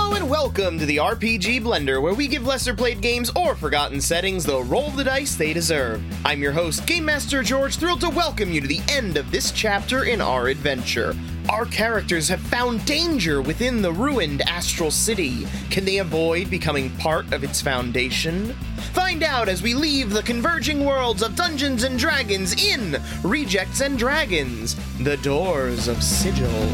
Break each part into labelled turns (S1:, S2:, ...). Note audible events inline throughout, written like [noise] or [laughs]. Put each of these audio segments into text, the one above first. S1: Welcome to the RPG Blender, where we give lesser played games or forgotten settings the roll of the dice they deserve. I'm your host, Game Master George, thrilled to welcome you to the end of this chapter in our adventure. Our characters have found danger within the ruined Astral City. Can they avoid becoming part of its foundation? Find out as we leave the converging worlds of Dungeons and Dragons in Rejects and Dragons, the doors of Sigil.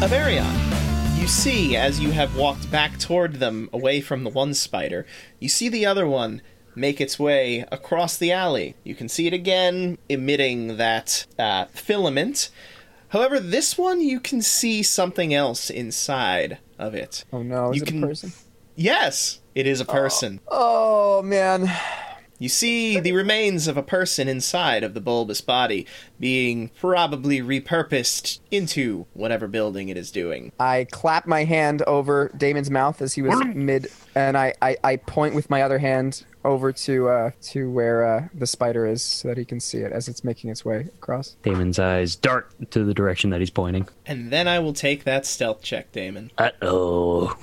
S1: Averion, you see as you have walked back toward them away from the one spider, you see the other one make its way across the alley. You can see it again emitting that uh, filament. However, this one you can see something else inside of it.
S2: Oh no, is
S1: You
S2: it
S1: can-
S2: a person?
S1: Yes, it is a person.
S2: Oh man.
S1: You see the remains of a person inside of the bulbous body being probably repurposed into whatever building it is doing.
S2: I clap my hand over Damon's mouth as he was mid and I, I, I point with my other hand over to uh to where uh the spider is so that he can see it as it's making its way across.
S3: Damon's eyes dart to the direction that he's pointing.
S1: And then I will take that stealth check, Damon.
S3: Uh oh.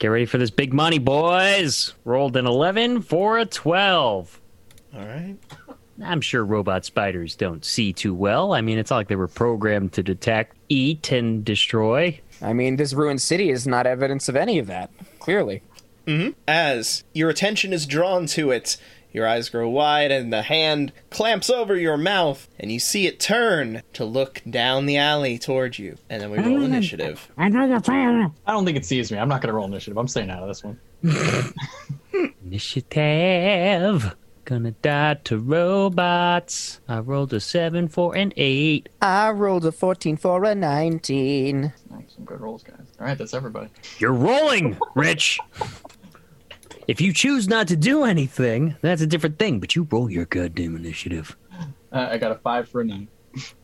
S3: Get ready for this big money, boys! Rolled an 11 for a 12.
S1: All right.
S3: I'm sure robot spiders don't see too well. I mean, it's not like they were programmed to detect, eat, and destroy.
S2: I mean this ruined city is not evidence of any of that, clearly.
S1: As your attention is drawn to it, your eyes grow wide and the hand clamps over your mouth, and you see it turn to look down the alley toward you. And then we roll initiative.
S4: I don't think it sees me. I'm not going to roll initiative. I'm staying out of this one.
S3: Initiative! Gonna die to robots. I rolled a 7 for an 8.
S2: I rolled a fourteen for a nineteen.
S4: Nice. Some good rolls, guys. All right, that's everybody.
S3: You're rolling, Rich! If you choose not to do anything, that's a different thing, but you roll your goddamn initiative.
S4: Uh, I got a five for a nine.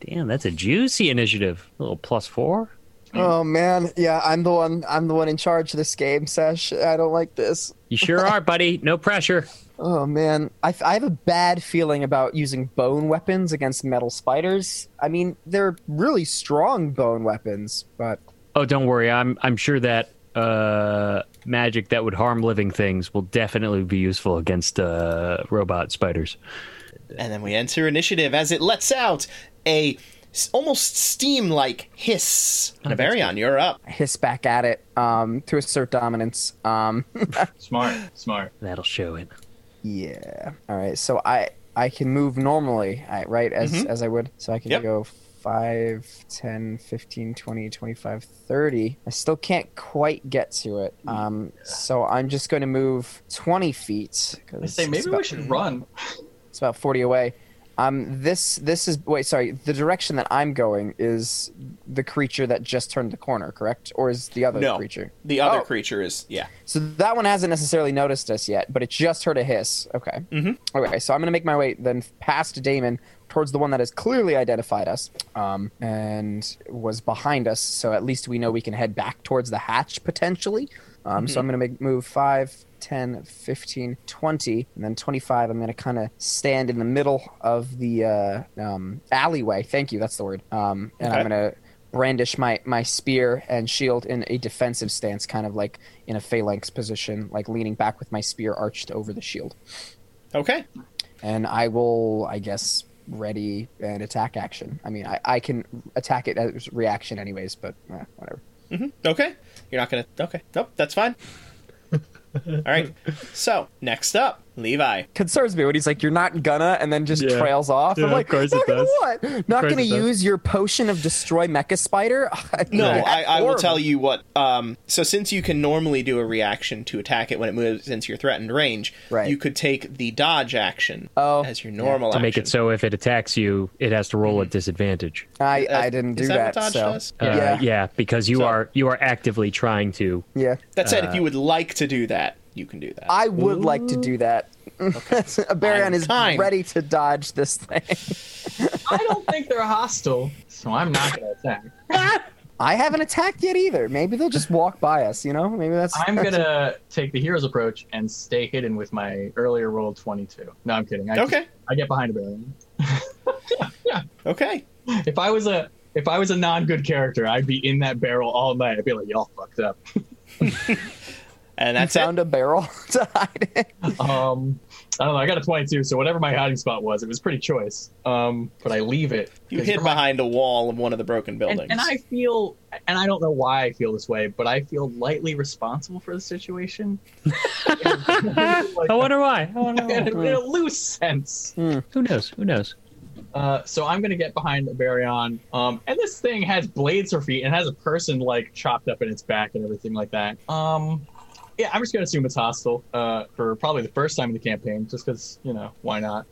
S3: Damn, that's a juicy initiative. A little plus four.
S2: Oh man, yeah, I'm the one I'm the one in charge of this game, Sesh. I don't like this.
S3: You sure are, buddy. No pressure.
S2: Oh man, I, I have a bad feeling about using bone weapons against metal spiders. I mean, they're really strong bone weapons, but
S3: Oh, don't worry. I'm I'm sure that uh, magic that would harm living things will definitely be useful against uh, robot spiders.
S1: And then we enter initiative as it lets out a s- almost steam like hiss. Navarion, you're up.
S2: I hiss back at it um, to assert dominance. Um, [laughs]
S4: Smart, smart.
S3: That'll show it.
S2: yeah. All right, so I I can move normally, I- right as
S4: Mm-hmm.
S2: as I would, so I can
S1: Yep.
S2: go 5 10 15 20 25 30 i still can't quite get to it
S4: Mm.
S2: um so i'm just going to move 20 feet 'cause
S4: I say
S2: it's
S4: maybe
S2: about-
S4: we should run.
S2: It's about forty away. Um, this this is wait sorry. The direction that I'm going is the creature that just turned the corner, correct? Or is the other
S1: No.
S2: creature?
S1: The other
S2: Oh.
S1: creature is, yeah.
S2: So that one hasn't necessarily noticed us yet, but it just heard a hiss. Okay. Mm-hmm. Okay. So I'm gonna make my way then past Damon towards the one that has clearly identified us um, and was behind us. So at least we know we can head back towards the hatch potentially. Um, So I'm gonna make move five. 10 15 20 and then 25 i'm gonna kind of stand in the middle of the uh, um, alleyway thank you that's the word um, and i'm
S1: Okay.
S2: gonna brandish my my spear and shield in a defensive stance, kind of like in a phalanx position, like leaning back with my spear arched over the shield.
S1: Okay.
S2: And I will, I guess, ready an attack action. I mean, I, I can attack it as reaction anyways, but eh, whatever.
S1: Okay. You're not going to. Okay. Nope. That's fine. All right. So, next up, Levi.
S2: Concerns me when he's like, "You're not gonna," and then just
S3: Yeah.
S2: trails off.
S3: Yeah,
S2: I'm
S3: of
S2: like,
S3: course it
S2: "Not gonna
S3: does.
S2: what? Not
S3: course
S2: gonna
S3: it does.
S2: use your potion of destroy mecha spider?" [laughs]
S1: No, I, I will tell you what. Um, so since you can normally do a reaction to attack it when it moves into your threatened range,
S2: Right.
S1: you could take the dodge action
S2: Oh,
S1: as your normal action.
S3: To
S1: Mm-hmm.
S3: make it so if it attacks you, it has to roll at disadvantage.
S2: I,
S1: Uh,
S2: I didn't do
S1: is
S2: that.
S1: that what dodge
S2: so
S1: does?
S3: Uh,
S2: Yeah.
S3: yeah, because you
S1: So-
S3: are you are actively trying to.
S2: yeah,
S1: That said,
S3: uh,
S1: if you would like to do that, you can do that.
S2: I would like to do that. [laughs] Barion
S1: I'm
S2: is
S1: kind.
S2: ready to dodge this thing. [laughs]
S4: I don't think they're hostile, so I'm not going to attack.
S2: I haven't attacked yet either. Maybe they'll just walk by us, you know? Maybe that's
S4: I'm going to take the hero's approach and stay hidden with my earlier roll 22. No, I'm kidding. I,
S1: okay.
S4: I get behind a barrier.
S1: Okay.
S4: If I was a if I was a non good character, I'd be in that barrel all night. I'd be like, y'all fucked up.
S1: And that's it.
S2: found a barrel [laughs] to hide in.
S4: Um, I don't know. I got a 22, so whatever my hiding spot was, it was pretty choice. Um, but I leave it.
S1: You
S4: 'cause
S1: hid
S4: you're my-
S1: behind a wall of one of the broken buildings.
S4: And, and I feel, and I don't know why I feel this way, but I feel lightly responsible for the situation.
S3: I wonder why. I wonder
S4: [laughs] in, a,
S3: why.
S4: in a loose sense.
S3: [laughs] Who knows? Who knows?
S4: Uh, so I'm gonna get behind a Baryon, um, and this thing has blades for feet and has a person like chopped up in its back and everything like that. Um, yeah, I'm just gonna assume it's hostile uh, for probably the first time in the campaign, just because you know why not?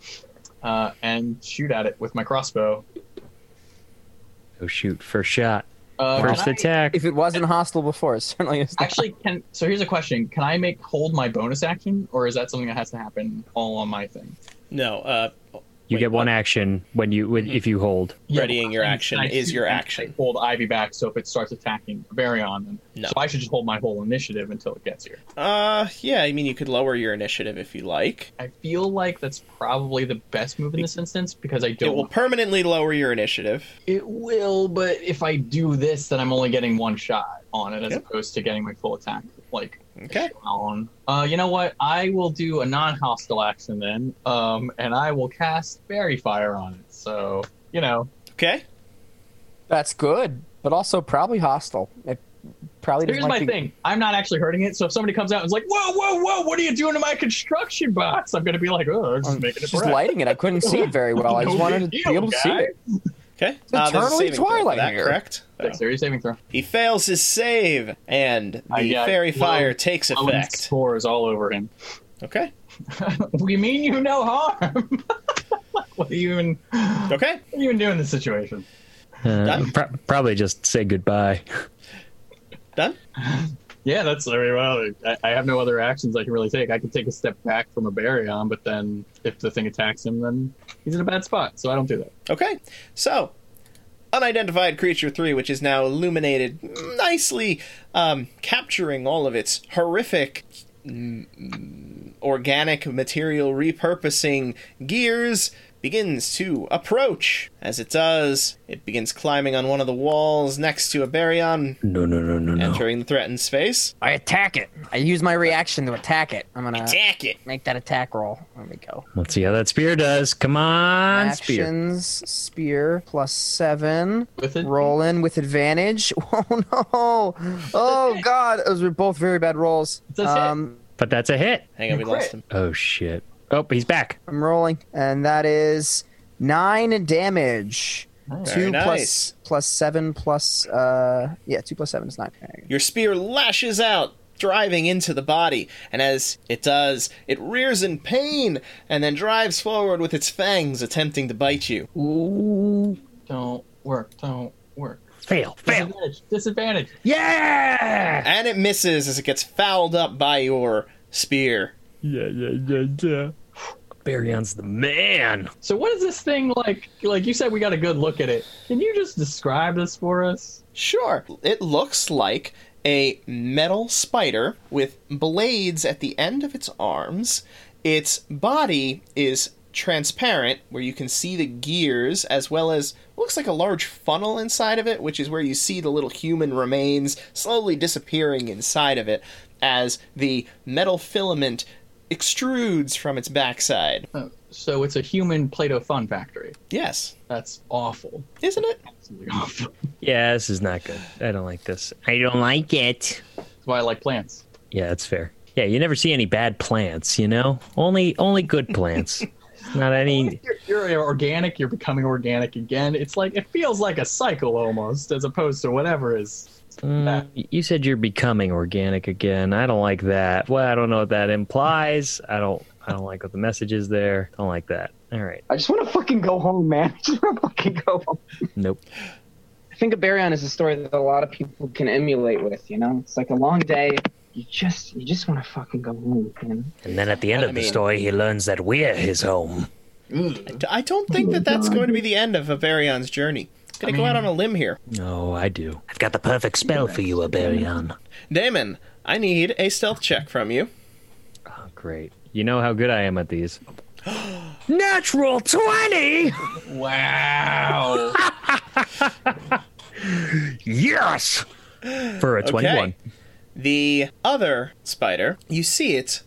S4: Uh, and shoot at it with my crossbow.
S3: Oh shoot! First shot.
S4: Uh,
S3: First
S4: can I-
S3: attack.
S2: If it wasn't hostile before, it certainly is. Not.
S4: Actually, can so here's a question: Can I make hold my bonus action, or is that something that has to happen all on my thing?
S1: no, uh,
S3: you
S1: wait,
S3: get one
S1: what?
S3: action when you when, if you hold.
S1: Readying your
S4: and
S1: action
S4: I
S1: is
S4: shoot
S1: your
S4: and I
S1: action.
S4: Hold Ivy back, so if it starts attacking Baryon, then
S1: No.
S4: so I should just hold my whole initiative until it gets here.
S1: uh, yeah. I mean, you could lower your initiative if you like.
S4: I feel like that's probably the best move in this instance because I
S1: It
S4: don't.
S1: will permanently lower your initiative.
S4: it will, but if I do this, then I'm only getting one shot on it as
S1: Yeah.
S4: opposed to getting my full attack. Like
S1: Okay.
S4: on. Uh, you know what? I will do a non-hostile action then, um, and I will cast Fairy Fire on it. So you know,
S1: Okay.
S2: That's good, but also probably hostile. It probably doesn't
S4: here's
S2: like
S4: my
S2: being-
S4: thing: I'm not actually hurting it. So if somebody comes out and is like, "Whoa, whoa, whoa! What are you doing to my construction box?" I'm gonna be like, "Oh, I'm just
S2: I'm
S4: making it."
S2: just um, lighting it. I couldn't see it very well. I just wanted to be able to see it.
S1: Okay. Uh,
S2: It's eternally
S1: saving throw for
S2: Twilight
S1: that,
S2: here.
S1: correct? Oh.
S4: Serious saving throw.
S1: He fails his save, and the
S4: I got
S1: fairy
S4: low-
S1: fire takes
S4: Owen
S1: effect.
S4: Spores all over him. [laughs]
S1: Okay.
S4: we mean you no harm. [laughs] what are you even? What
S1: Okay.
S4: are you even doing in this situation?
S3: Uh,
S1: Done.
S3: pro- probably just say goodbye.
S1: Done.
S4: Yeah, that's I mean, well, I, I have no other actions I can really take. I can take a step back from a baryon, but then if the thing attacks him, then he's in a bad spot. So I don't do that.
S1: Okay. So, unidentified creature three, which is now illuminated nicely, um, capturing all of its horrific mm, mm, organic material repurposing gears. Begins to approach. As it does, it begins climbing on one of the walls next to a baryon,
S3: No, no, no, no, no.
S1: entering the threatened space.
S2: I attack it. I use my reaction to attack it. I'm
S4: Uh,
S2: gonna
S1: Attack it!
S2: make that attack roll. There we go.
S3: Let's see how that spear does. Come on, spear.
S2: Actions, spear plus seven.
S4: With it,
S2: Roll in with advantage. [laughs] Oh no! Oh god, those were both very bad rolls. Um,
S4: It's a hit.
S3: But that's a hit.
S1: Hang on, we
S4: You
S1: lost
S4: crit.
S1: him.
S3: Oh shit. Oh, he's back.
S2: I'm rolling, and that is nine damage.
S4: Nice.
S2: Two
S1: Very nice.
S2: plus- plus seven plus uh yeah two plus seven is nine.
S1: Your spear lashes out, driving into the body, and as it does, it rears in pain and then drives forward with its fangs, attempting to bite you.
S3: Ooh.
S4: don't work. Don't work.
S3: Fail. Fail.
S4: Disadvantage. Disadvantage.
S3: Yeah.
S1: And it misses as it gets fouled up by your spear.
S3: Yeah, yeah, yeah, yeah. Baryon's the man.
S4: So what is this thing like? Like you said, we got a good look at it. Can you just describe this for us?
S1: Sure, it looks like a metal spider with blades at the end of its arms. Its body is transparent, where you can see the gears, as well as looks like a large funnel inside of it, which is where you see the little human remains slowly disappearing inside of it as the metal filament extrudes from its backside.
S4: Oh, so it's a human Play-Doh fun factory.
S1: Yes,
S4: That's awful.
S1: isn't it?
S4: Absolutely awful.
S3: Yeah, this is not good. I don't like this. I don't like it.
S4: That's why I like plants.
S3: Yeah, that's fair. Yeah, you never see any bad plants, you know? Only only
S1: [laughs]
S3: good plants. not any
S4: You're, you're organic. You're becoming organic again. It's like it feels like a cycle almost, as opposed to whatever is.
S3: Mm, you said you're becoming organic again. I don't like that. Well, I don't know what that implies. I don't I don't like what the message is there. Don't like that. All right.
S5: I just want to fucking go home, man. [laughs] I just want to fucking go home.
S3: Nope.
S5: I think a Baryon is a story that a lot of people can emulate with. You know, it's like a long day. You just you just want to fucking go home, man.
S3: And then at the end
S1: I of the mean-
S3: story, he learns that we're his home.
S1: I don't think that that's going to be the end of Avarion's journey. Gonna go out on a limb here.
S3: Oh, I do. I've got the perfect spell for you, Aberion.
S1: Damon, I need a stealth check from you.
S3: Great. You know how good I am at these. [gasps] Natural 20!
S4: Wow.
S3: [laughs] Yes! For a 21.
S1: The other spider, you see it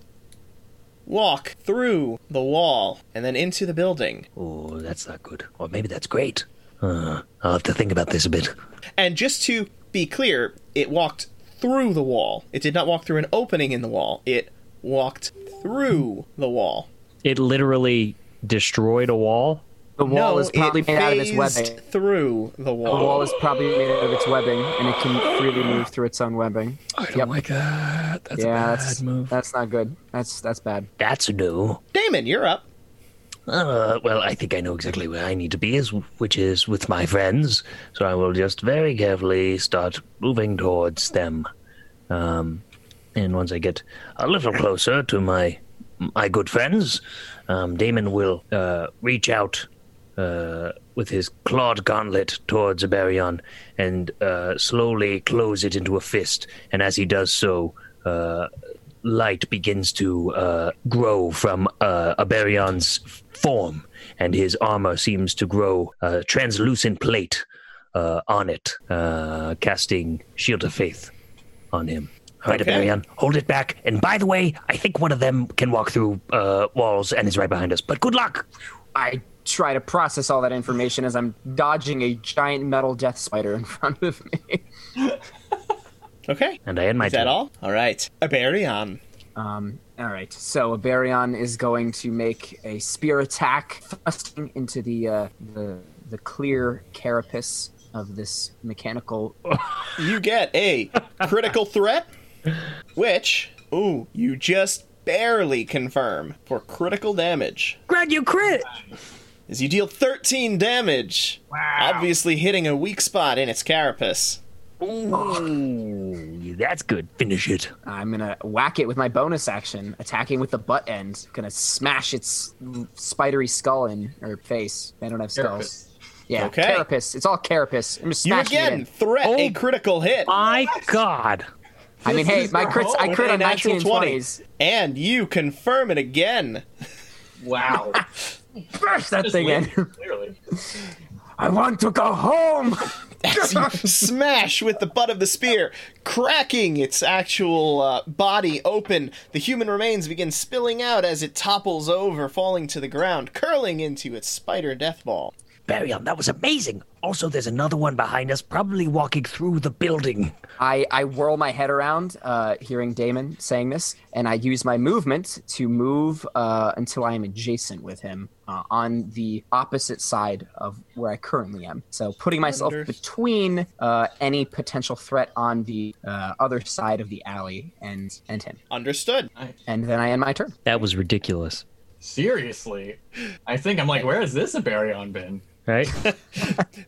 S1: walk through the wall and then into the building.
S3: Oh, that's not good. Or maybe that's great. Uh, I'll have to think about this a bit.
S1: And just to be clear, it walked through the wall. It did not walk through an opening in the wall. It walked through the wall.
S3: It literally destroyed a wall.
S2: The wall
S1: no,
S2: is probably
S1: it
S2: made out of its
S1: phased
S2: webbing.
S1: through the
S2: The
S1: wall.
S2: wall is probably made out of its webbing, and it can freely move through its own webbing.
S3: I don't
S2: Yep.
S3: like that. Oh That's
S2: yeah, that's that's not good. That's that's bad.
S3: That's new.
S1: Damon, you're up.
S3: Uh, well, I think I know exactly where I need to be, is which is with my friends. So I will just very carefully start moving towards them. Um, and once I get a little closer to my my good friends, um, Damon will uh, reach out uh, with his clawed gauntlet towards Aberion and uh, slowly close it into a fist. And as he does so, uh, light begins to uh, grow from uh, Aberion's form, and his armor seems to grow a translucent plate uh, on it, uh, casting Shield of Faith on him. All right,
S1: Okay.
S3: Aberion, hold it back. And by the way, I think one of them can walk through uh, walls and is right behind us. But good luck.
S2: I try to process all that information as I'm dodging a giant metal death spider in [laughs] front of me.
S1: Okay.
S3: And I end my
S1: Is that
S3: turn.
S1: all? All right. Aberion.
S2: Um, all right, so Aberion is going to make a spear attack, thrusting into the uh, the the clear carapace of this mechanical. uh,
S1: You get a critical threat, which, ooh, you just barely confirm for critical damage.
S3: Grant you crit.
S1: As you deal 13 damage,
S4: Wow.
S1: obviously hitting a weak spot in its carapace.
S3: Ooh, that's good. Finish it.
S2: I'm gonna whack it with my bonus action, attacking with the butt end. Gonna smash its spidery skull in or face. They don't have skulls. Yeah,
S1: Okay.
S2: carapace. It's all carapace. I'm just
S1: You
S2: smashing it
S1: again
S2: in.
S1: threat a
S3: Oh.
S1: critical hit.
S3: My God.
S2: I mean,
S4: This
S2: hey,
S4: is
S2: my
S4: the
S2: crits. I
S4: whole
S2: crit
S1: a
S2: on
S1: natural
S2: 19 and
S1: 20.
S2: 20s.
S1: And you confirm it again.
S2: [laughs]
S4: [laughs] Wow.
S2: Smash that thing in.
S4: Clearly.
S2: I want to go home.
S1: As you smash with the butt of the spear, cracking its actual uh, body open. The human remains begin spilling out as it topples over, falling to the ground, curling into its spider death ball.
S3: Barium, that was amazing. Also, there's another one behind us, probably walking through the building.
S2: I, I whirl my head around, uh, hearing Damon saying this, and I use my movement to move uh, until I am adjacent with him uh, on the opposite side of where I currently am. So putting myself
S1: Unders-
S2: between uh, any potential threat on the uh, other side of the alley and and him.
S1: Understood.
S2: And then I end my turn.
S3: That was ridiculous.
S4: Seriously. I think I'm like, where has this Abarion been?
S3: [laughs] Right?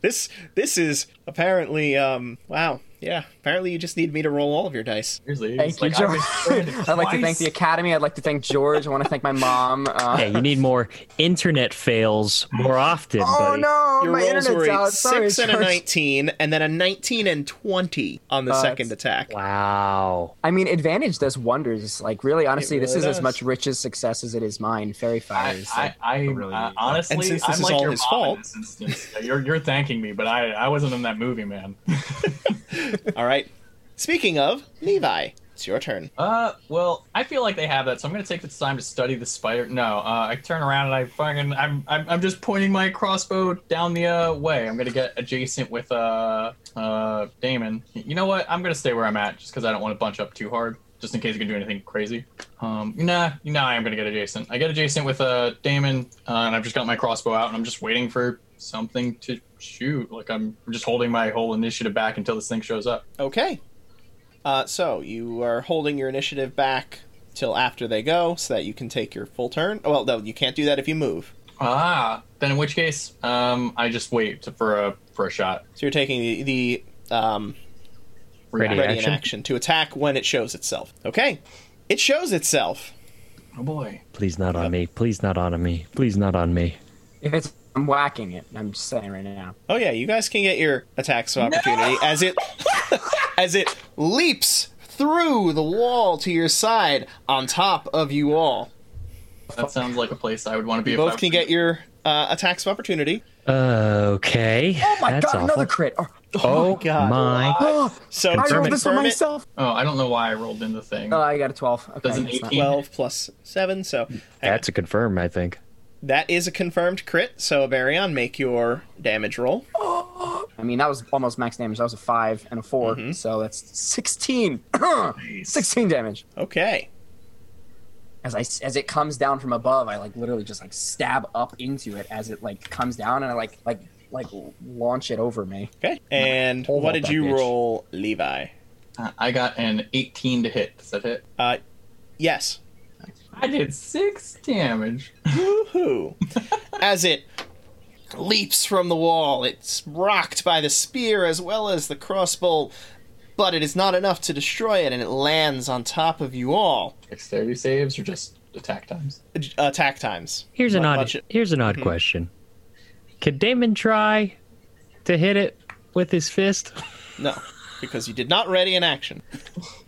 S1: This this is apparently um wow. Yeah, apparently you just need me to roll all of your dice.
S4: Seriously.
S2: Thank
S4: it's
S2: you,
S4: like, I've
S2: George.
S4: been stranded
S2: [laughs] I'd like to thank
S4: twice.
S2: the Academy. I'd like to thank George. I want to thank my mom. Uh,
S3: yeah, you need more internet fails more often,
S2: oh
S3: buddy.
S2: no,
S1: Your
S2: my
S1: rolls
S2: internet's
S1: were a
S2: out. Sorry,
S1: six and a
S2: George.
S1: nineteen, and then a nineteen and twenty on the
S2: Uh,
S1: second
S2: it's-
S1: attack.
S3: Wow.
S2: I mean, advantage does wonders. Like, really, honestly, this
S1: really
S2: is
S1: does.
S2: as much Rich's success as it is mine. Fairy Fire
S4: I,
S2: is.
S4: I,
S2: like,
S4: I,
S2: really
S4: uh,
S2: neat.
S4: honestly,
S1: And since this
S4: I'm
S1: is
S4: like
S1: all
S4: your
S1: his
S4: mom
S1: fault-
S4: in this instance. You're, you're thanking me, but I, I wasn't in that movie, man.
S1: All right. Speaking of Levi, it's your turn.
S4: Uh, well, I feel like they have that, so I'm gonna take the time to study the spider. No, uh, I turn around and I fucking, I'm, I'm, I'm just pointing my crossbow down the uh, way. I'm gonna get adjacent with uh, uh, Damon. You know what? I'm gonna stay where I'm at just because I don't want to bunch up too hard, just in case you can do anything crazy. Um, nah, nah, I'm gonna get adjacent. I get adjacent with uh, Damon, uh, and I've just got my crossbow out, and I'm just waiting for something to shoot. Like I'm just holding my whole initiative back until this thing shows up.
S1: Okay. Uh, so you are holding your initiative back till after they go, so that you can take your full turn. Oh, Well, no, you can't do that if you move.
S4: Ah, then in which case, um, I just wait to, for a for a shot.
S1: So you're taking the, the um,
S3: Ready.
S1: ready in
S3: action.
S1: action to attack when it shows itself. Okay, it shows itself.
S4: Oh boy.
S3: Please not on me. Please not on me. Please not on me.
S2: if it's, I'm whacking it. I'm just saying right now.
S1: Oh yeah, you guys can get your attacks of opportunity as it [laughs] as it leaps through the wall to your side on top of you all.
S4: That sounds like a place I would want to be.
S1: You
S4: if
S1: both
S4: I-
S1: can get your uh, attacks of opportunity.
S3: Okay.
S2: Oh my
S3: That's
S2: god,
S3: awful.
S2: another crit. Oh,
S1: Oh,
S3: My.
S2: oh,
S1: So
S2: I
S3: Confirm
S2: rolled
S3: it.
S2: this on
S1: confirm it.
S2: myself.
S4: Oh, I don't know why I rolled in the thing.
S1: Uh,
S2: Oh, I got a 12. Okay.
S4: Doesn't
S2: it's not-
S4: 18
S1: 12 plus 7, so hang on.
S3: That's a confirm, I think.
S1: that is a confirmed crit. So, Baryon, make your damage roll.
S2: I mean, that was almost max damage. That was a 5 and a 4,
S1: Mm-hmm.
S2: so that's 16. [clears throat] 16 damage.
S1: Okay.
S2: As I as it comes down from above, I like literally just like stab up into it as it like comes down and I like like like launch it over me.
S1: Okay. And
S2: Hold
S1: what
S2: up
S1: did
S2: that
S1: you
S2: bitch.
S1: roll, Levi?
S4: Uh, I got an 18 to hit. Does that hit?
S1: Uh, yes.
S4: I did six damage.
S1: Woohoo! as it leaps from the wall, it's rocked by the spear as well as the crossbow, but it is not enough to destroy it, and it lands on top of you all.
S4: Dexterity saves or just attack times?
S1: Attack times.
S3: Here's an
S1: Mu-
S3: odd
S1: much-
S3: here's an odd question. Can Damon try to hit it with his fist?
S1: No, because you did not ready an action.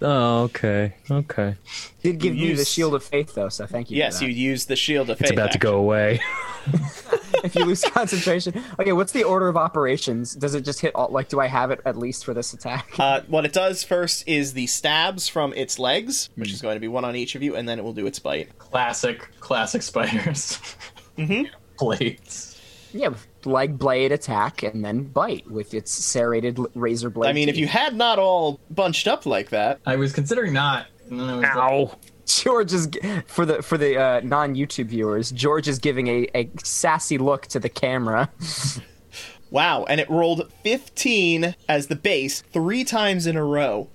S3: Oh, okay. Okay.
S2: Did give me the
S1: used-
S2: shield of faith though, so thank you.
S1: Yes,
S2: for
S1: you
S2: that.
S1: used the shield of faith.
S3: It's about to
S1: action.
S3: go away.
S2: [laughs] if you lose concentration. Okay, what's the order of operations? Does it just hit all like do I have it at least for this attack?
S1: Uh, what it does first is the stabs from its legs, which is going to be one on each of you, and then it will do its bite.
S4: Classic,
S1: [laughs]
S4: classic spiders.
S1: Mm-hmm.
S4: Blades.
S2: [laughs] yeah, with leg blade attack and then bite with its serrated l- razor blade.
S1: I mean, if you
S2: teeth.
S1: had not all bunched up like that,
S4: I was considering not. And then I was like,
S3: Ow.
S2: [laughs] George is g- for the for the uh, non YouTube viewers, George is giving a, a sassy look to the camera. [laughs]
S1: wow! And it rolled 15 as the base three times in a row.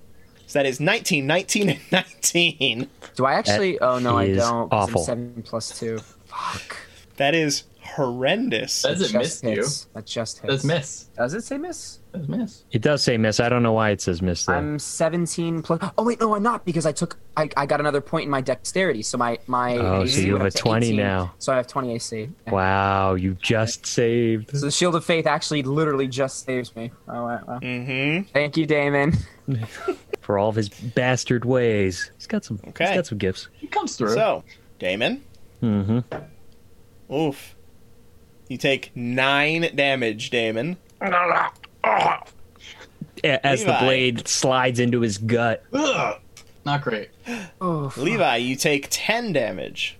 S1: So that is 19, 19, and 19.
S2: Do I actually?
S3: That
S2: oh no, I
S3: is
S2: don't. 'cause I'm
S3: awful.
S2: Seven plus two. Fuck.
S1: That is horrendous.
S4: Does it miss
S2: Just
S4: you?
S2: hits. That just hits.
S4: Does miss.
S2: Does it say miss?
S4: Does miss.
S3: It does say miss. I don't know why it says miss though.
S2: I'm 17 plus. Oh wait, no, I'm not because I took. I, I got another point in my dexterity, so my my.
S3: Oh,
S2: AC
S3: so you
S2: went
S3: have
S2: up
S3: a
S2: to
S3: 20
S2: 18,
S3: now.
S2: So I have 20 AC. Yeah.
S3: Wow, you just saved.
S2: So the shield of faith actually literally just saves me. Oh wow. wow.
S1: Mm-hmm.
S2: Thank you, Damon.
S3: for all of his bastard ways. He's got some.
S1: Okay.
S3: He's got some gifts.
S4: He comes through.
S1: So, Damon,
S3: Mm-hmm.
S1: oof. You take nine damage, Damon.
S3: As the
S1: Levi.
S3: blade slides into his gut.
S4: Ugh. Not great.
S2: Oh, fuck.
S1: Levi, you take 10 damage.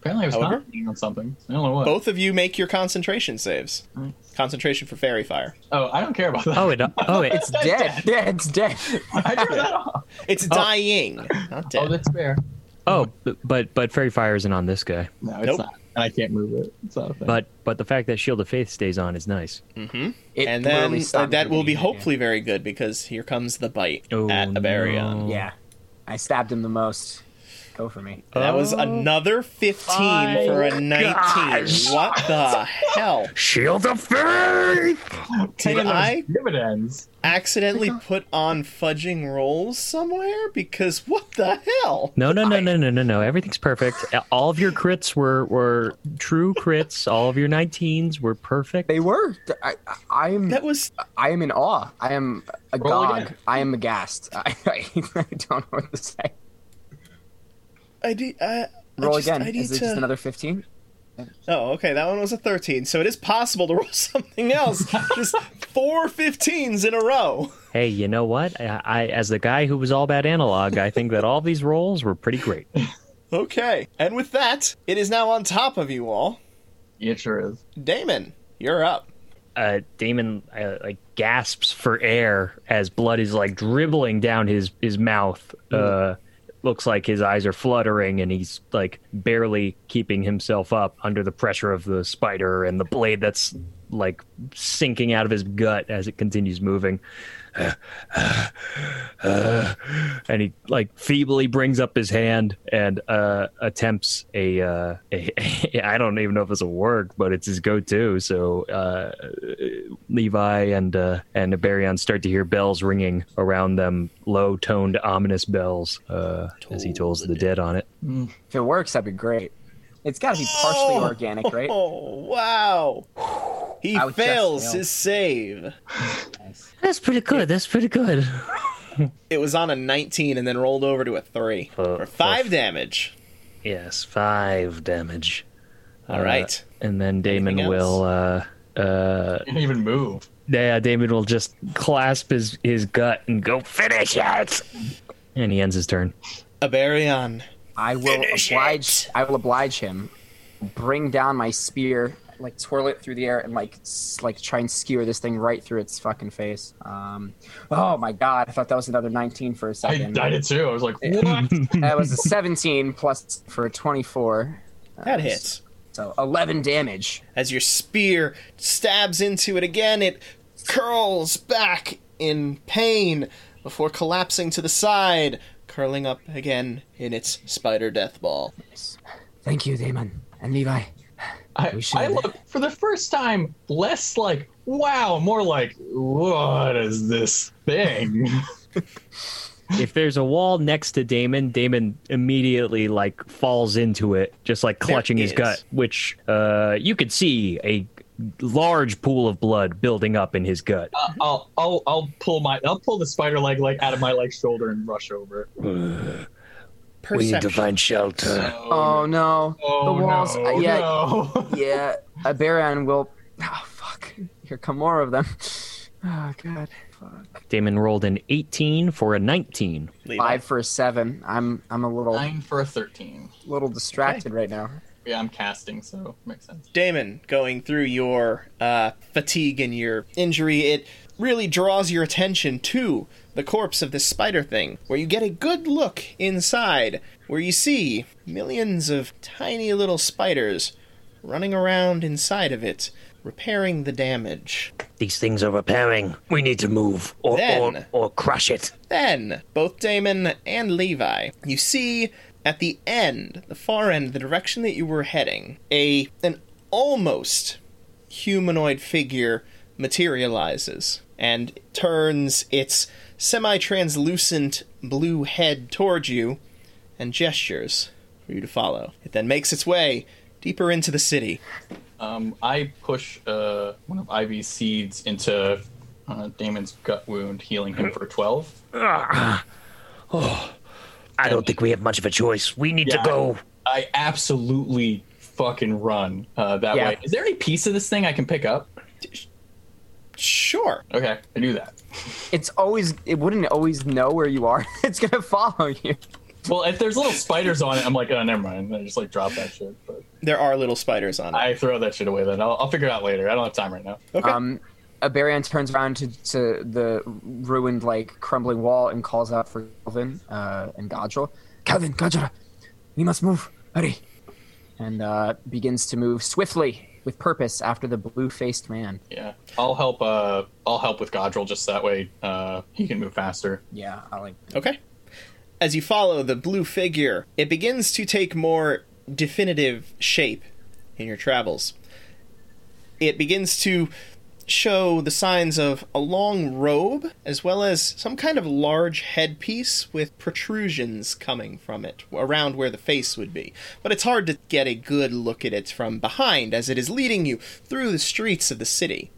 S4: Apparently, I was
S1: However-
S4: concentrating on something. I don't know what.
S1: Both of you make your concentration saves.
S4: Nice.
S1: Concentration for fairy fire.
S4: Oh, I don't care about that.
S3: Oh,
S4: [laughs]
S3: it. Oh, it.
S2: it's dead. Yeah, it's dead.
S4: I drew
S2: [laughs]
S4: that off.
S1: It's dying, not
S4: Oh,
S1: dead.
S4: that's fair.
S3: Oh, b- but but fairy fire isn't on this guy.
S4: No, it's
S1: Nope.
S4: not. And I can't move it. It's not a thing.
S3: But but the fact that shield of faith stays on is nice.
S2: It
S1: and
S2: literally
S1: then uh,
S2: stopped
S1: that will be
S2: beating me.
S1: hopefully very good because here comes the bite
S3: Oh,
S1: at Abarion.
S3: no.
S2: Yeah, I stabbed him the most. Go for me.
S3: Oh,
S1: That was another 15 for a 19. What the hell?
S3: Shield of faith.
S1: Did
S4: Taking those
S1: I
S4: dividends.
S1: accidentally put on fudging rolls somewhere? Because what the hell?
S3: No, no, no, no, no, no, no. Everything's perfect. All of your crits were were true crits. All of your 19s were perfect.
S2: They were. I, I, am
S1: That was
S2: I am in awe. I am agog.
S4: again.
S2: I am aghast. [laughs] I, I, I don't know what to say.
S1: I did I I
S2: Roll
S1: just-
S2: again.
S1: I need
S2: Is it
S1: to-
S2: just another 15?
S1: Oh, okay. That one was a 13. So it is possible to roll [laughs] something else. Just four 15s in a row.
S3: Hey, you know what? I, I as the guy who was all about analog, I think that all these rolls were pretty great.
S1: Okay. And with that, it is now on top of you all.
S4: It sure is.
S1: Damon, you're up.
S3: uh, Damon uh, like gasps for air as blood is like dribbling down his his mouth. Uh, looks like his eyes are fluttering and he's like barely keeping himself up under the pressure of the spider and the blade that's like sinking out of his gut as it continues moving. [sighs] and he like feebly brings up his hand and uh, attempts a, uh, [laughs] a I don't even know if it's a work, but it's his go-to. So uh, Levi and uh, and Baryon start to hear bells ringing around them, low-toned, ominous bells uh, as he tolls the dead on it.
S2: If it works, that'd be great. It's got to be partially [laughs] organic, right?
S1: Oh, wow. He
S2: I would just
S1: fails
S2: fail.
S1: his save.
S3: That's pretty good. That's pretty good.
S1: It was on a 19 and then rolled over to a 3
S3: Uh,
S1: for 5 damage.
S3: Yes, five damage.
S1: All
S3: Uh,
S1: right.
S3: And then Damon
S1: Anything else?
S3: will. Uh, uh,
S4: Didn't even move.
S3: yeah, Damon will just clasp his, his gut and go finish it. And he ends his turn.
S1: Aberion.
S2: I will oblige. I will oblige him. Bring down my spear, like twirl it through the air, and like s- like try and skewer this thing right through its fucking face. Um, oh my god! I thought that was another 19 for a
S4: I,
S2: second.
S4: I did too. I was like, what?
S3: [laughs]
S2: that was a 17 plus for a 24,
S1: That hits.
S2: so 11 damage.
S1: As your spear stabs into it again, it curls back in pain before collapsing to the side, curling up again in its spider death ball.
S2: Thank you, Damon and Levi.
S4: I,
S2: We should-
S4: I look for the first time less like wow, more like what is this
S2: [laughs]
S4: thing? [laughs]
S3: if there's a wall next to Damon, Damon immediately like falls into it, just like clutching his
S1: is.
S3: gut, which uh, you could see a large pool of blood building up in his gut.
S1: Uh,
S4: I'll I'll I'll pull my I'll pull the spider leg like out of my like shoulder and rush over.
S1: Perception.
S3: shelter.
S2: Oh no!
S4: Oh,
S2: the walls. uh,
S4: no,
S2: yeah, [laughs]
S4: [laughs] no.
S2: yeah. A Baron will. Oh fuck! Here come more of them. Oh god.
S3: Damon rolled an 18 for a 19.
S1: Levi.
S2: Five for a seven. I'm I'm a little
S4: Nine for a thirteen.
S2: little distracted right now.
S4: Yeah, I'm casting, so makes sense.
S1: Damon, going through your uh, fatigue and your injury, it really draws your attention to the corpse of this spider thing, where you get a good look inside, where you see millions of tiny little spiders running around inside of it, repairing the damage.
S3: These things are repairing. We need to move or,
S1: Then-
S3: or crush it.
S1: Then, both Damon and Levi, you see at the end, the far end, the direction that you were heading, a an almost humanoid figure materializes and turns its semi-translucent blue head towards you and gestures for you to follow. It then makes its way deeper into the city.
S4: Um, I push uh, one of Ivy's seeds into uh, Damon's gut wound, healing him for 12.
S3: I don't think we have much of a choice. We need
S4: Yeah.
S3: to go.
S4: I absolutely fucking run uh, that
S2: Yeah.
S4: way. Is there any piece of this thing I can pick up?
S1: Sure.
S4: Okay, I knew that.
S2: It's always it wouldn't always know where you are. [laughs] It's gonna follow you.
S4: Well, if there's little spiders on it, I'm like, oh, never mind. I just like drop that shit. But
S1: There are little spiders on it.
S4: I throw that shit away. Then I'll, I'll figure it out later. I don't have time right now.
S1: okay.
S2: Um Aberian turns around to, to the ruined, like crumbling wall and calls out for Calvin uh, and Godril. Calvin, Godril, we must move. Hurry! And uh, begins to move swiftly with purpose after the blue-faced man.
S4: Yeah, I'll help. Uh, I'll help with Godril just that way. Uh, he can move faster.
S2: Yeah, I like.
S1: Okay. As you follow the blue figure, it begins to take more definitive shape in your travels. It begins to show the signs of a long robe as well as some kind of large headpiece with protrusions coming from it around where the face would be. But it's hard to get a good look at it from behind as it is leading you through the streets of the city.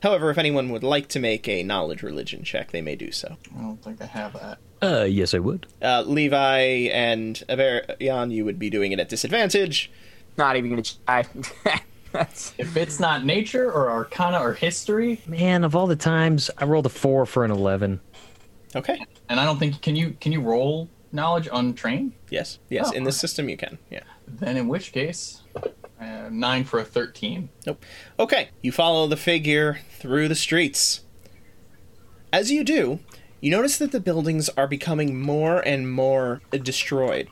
S1: However, if anyone would like to make a knowledge religion check, they may do so.
S4: I don't think I have that.
S3: Uh, yes, I would.
S1: Uh, Levi and Averion, you would be doing it at disadvantage.
S2: Not even gonna try. [laughs] That's
S4: If it's not nature or arcana or history,
S3: Man, of all the times, I rolled a four for an 11.
S1: Okay.
S4: and I don't think can you can you roll knowledge untrained?
S1: Yes. Yes.
S4: Oh,
S1: in this system, you can. Yeah.
S4: Then in which case, uh, nine for a thirteen.
S1: Nope. Okay. You follow the figure through the streets. As you do, you notice that the buildings are becoming more and more destroyed.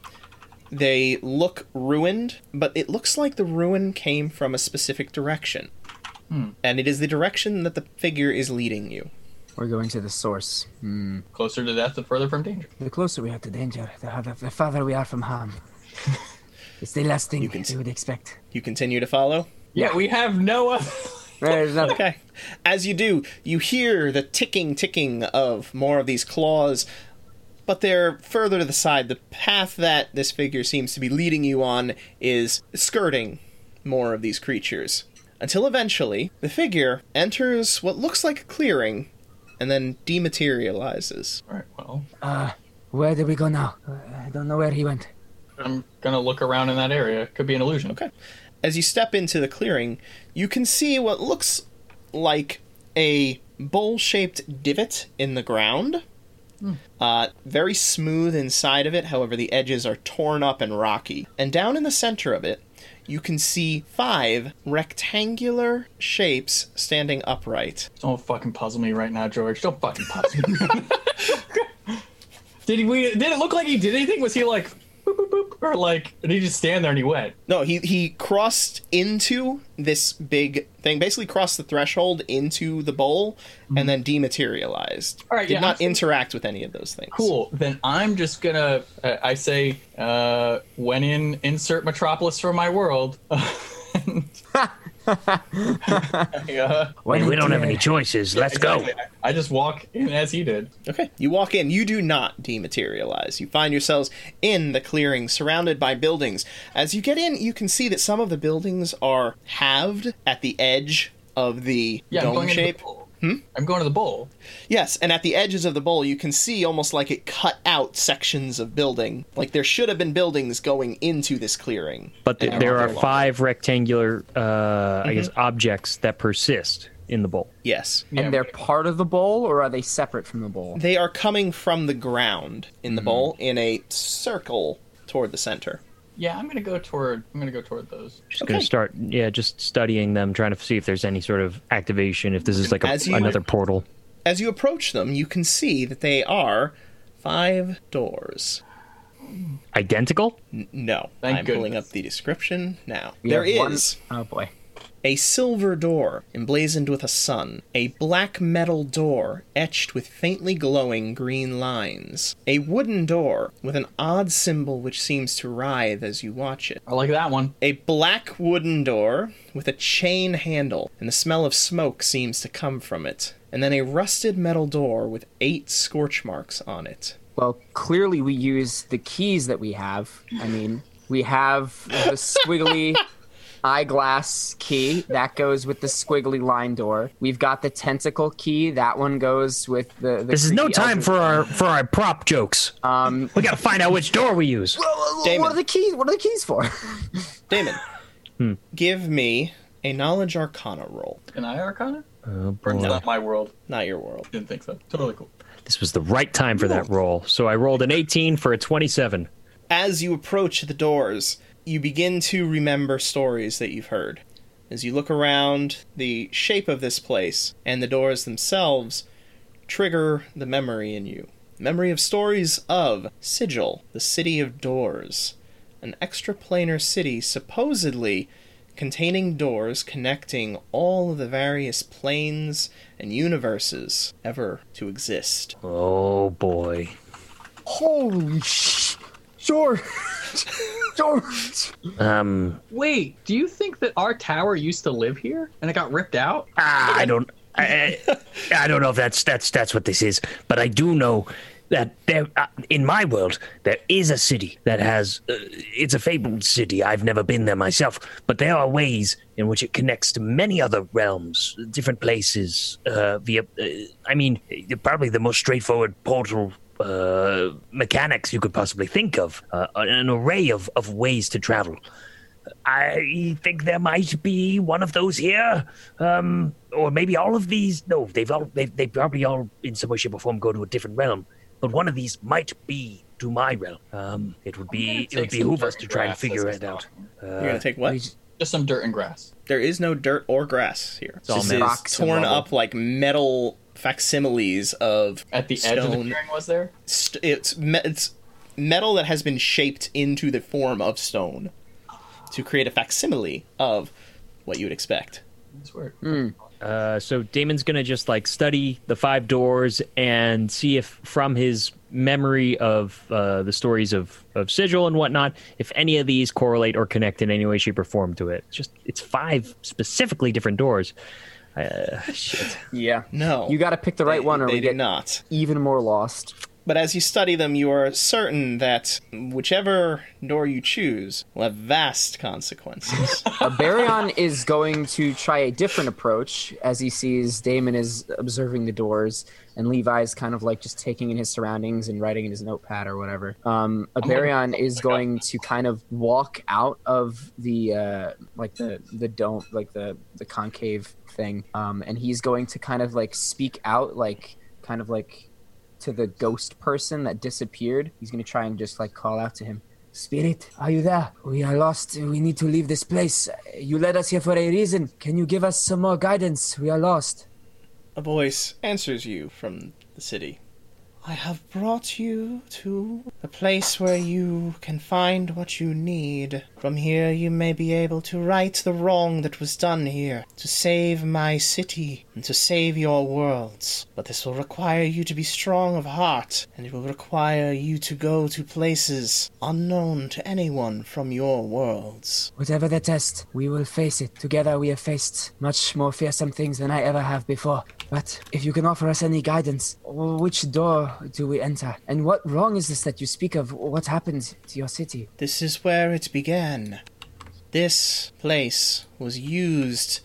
S1: They look ruined, but it looks like the ruin came from a specific direction. And it is the direction that the figure is leading you.
S2: we're going to the source.
S4: Closer to death and further from danger.
S2: The closer we are to danger, the, harder, the farther we are from harm. it's the last thing
S1: can
S2: we would expect.
S1: You continue to follow?
S4: Yeah, we have no. Other...
S2: There's nothing.
S1: Okay. As you do, you hear the ticking, ticking of more of these claws, but they're further to the side. The path that this figure seems to be leading you on is skirting more of these creatures. Until eventually, the figure enters what looks like a clearing and then dematerializes.
S4: All right. Well,
S2: Where did we go now? Uh, I don't know where he went.
S4: I'm gonna look around in that area. Could be an illusion.
S1: Okay. As you step into the clearing, you can see what looks like a bowl shaped divot in the ground.
S4: Hmm.
S1: Uh, very smooth inside of it, however, the edges are torn up and rocky. And down in the center of it, you can see five rectangular shapes standing upright.
S4: Don't fucking puzzle me right now, George. Don't fucking puzzle me. [laughs] did we? Did it look like he did anything? Was he like, boop, boop, boop, or like, did he just stand there and he went?
S1: No, he he crossed into this big thing, basically crossed the threshold into the bowl, and then dematerialized.
S4: Hmm. All right,
S1: did
S4: yeah,
S1: not
S4: absolutely.
S1: interact with any of those things.
S4: Cool. Then I'm just gonna. Uh, I say, uh, when in, insert Metropolis for my world. [laughs] And- [laughs] uh, Yeah.
S6: Wait, we don't have any choices. Let's go.
S4: Exactly. I just walk in as he did.
S1: Okay. You walk in, you do not dematerialize. You find yourselves in the clearing, surrounded by buildings. As you get in, you can see that some of the buildings are halved at the edge of the
S4: Yeah, I'm
S1: dome
S4: going into
S1: shape.
S4: the bowl. I'm going to the bowl.
S1: Yes, and at the edges of the bowl, you can see almost like it cut out sections of building. Like there should have been buildings going into this clearing.
S3: But th- there
S1: not
S3: are
S1: very long.
S3: five rectangular, uh, I
S1: Mm-hmm.
S3: guess, objects that persist in the bowl.
S1: Yes.
S4: Yeah,
S2: and they're part of the bowl, or are they separate from the bowl?
S1: They are coming from the ground in
S4: Mm-hmm.
S1: the bowl in a circle toward the center.
S4: yeah. I'm gonna go toward. I'm gonna go toward those.
S3: Just gonna
S1: Okay.
S3: start, yeah, just studying them, trying to see if there's any sort of activation, if this is like a,
S1: As you-
S3: another portal.
S1: As you approach them, you can see that they are five doors.
S3: Identical?
S1: No,
S4: Thank
S1: I'm pulling
S4: goodness.
S1: up the description now.
S2: We
S1: there
S2: have one-
S1: is
S2: Oh boy.
S1: a silver door emblazoned with a sun, a black metal door etched with faintly glowing green lines, a wooden door with an odd symbol which seems to writhe as you watch it.
S4: I like that one.
S1: A black wooden door with a chain handle, and the smell of smoke seems to come from it. And then a rusted metal door with eight scorch marks on it.
S2: Well, clearly we use the keys that we have. I mean, we have the [laughs] squiggly eyeglass key that goes with the squiggly line door. We've got the tentacle key that one goes with the. the
S3: This is no
S2: creepy
S3: time
S2: elder-
S3: for our for our prop jokes.
S2: Um,
S3: we gotta find out which door we use.
S1: Damon.
S2: Oh, what are the keys? What are the keys for?
S1: Damon, give me a knowledge arcana roll.
S4: Can I Arcana?
S3: Oh, boy.
S4: Or not my world.
S1: Not your world.
S4: Didn't think so. Totally cool.
S3: This was the right time for that roll. So I rolled an 18 for a 27.
S1: as you approach the doors, you begin to remember stories that you've heard. As you look around, the shape of this place and the doors themselves trigger the memory in you. Memory of stories of Sigil, the City of Doors, an extraplanar city supposedly containing doors connecting all of the various planes and universes ever to exist.
S3: Oh boy.
S2: Holy sh! George, George.
S3: Um
S4: Wait, do you think that our tower used to live here and it got ripped out?
S3: ah, I don't I, I I don't know if that's that's that's what this is, but I do know that there uh, in my world there is a city that has uh, it's a fabled city. I've never been there myself, but there are ways in which it connects to many other realms, different places uh, via uh, I mean probably the most straightforward portal uh, mechanics you could possibly think of, uh, an array of, of ways to travel. I think there might be one of those here, um, or maybe all of these. No, they've all they they probably all in some way, shape, or form go to a different realm. But one of these might be to my realm. Um, it would be it would behoove us to try and figure it out.
S1: You're gonna take what?
S4: Just some dirt and grass.
S1: There is no dirt or grass here.
S3: all
S1: this
S3: metal.
S1: is
S2: Rocks and
S1: torn
S2: rubble.
S1: up like metal facsimiles of
S4: At the edge of the
S1: Stone.
S4: clearing was there?
S1: st- it's me- it's metal that has been shaped into the form of stone to create a facsimile of what you would expect.
S4: That's weird.
S3: Uh, so Damon's gonna just like study the five doors and see if from his memory of uh, the stories of of sigil and whatnot, if any of these correlate or connect in any way, shape, or form to it. It's just it's five specifically different doors. Uh, shit.
S2: Yeah.
S1: No,
S2: You got to pick the right one, or
S1: they
S2: we
S1: do
S2: get
S1: not.
S2: even more lost.
S1: But as you study them, you are certain that whichever door you choose will have vast consequences. [laughs]
S2: Uh, Baryon is going to try a different approach as he sees Damon is observing the doors and Levi's kind of like just taking in his surroundings and writing in his notepad or whatever. Um, Aberion is going to kind of walk out of the uh, like the the dome, like the the concave thing, um, and he's going to kind of like speak out, like kind of like to the ghost person that disappeared. He's going to try and just like call out to him. Spirit, are you there? We are lost. We need to leave this place. You led us here for a reason. Can you give us some more guidance? We are lost.
S1: A voice answers you from the city. I have brought you to the place where you can find what you need. From here, you may be able to right the wrong that was done here, to save my city, and to save your worlds. But this will require you to be strong of heart, and it will require you to go to places unknown to anyone from your worlds.
S7: Whatever the test, we will face it. Together we have faced much more fearsome things than I ever have before. But if you can offer us any guidance, which door do we enter? And what wrong is this that you speak of? What happened to your city?
S1: This is where it began. This place was used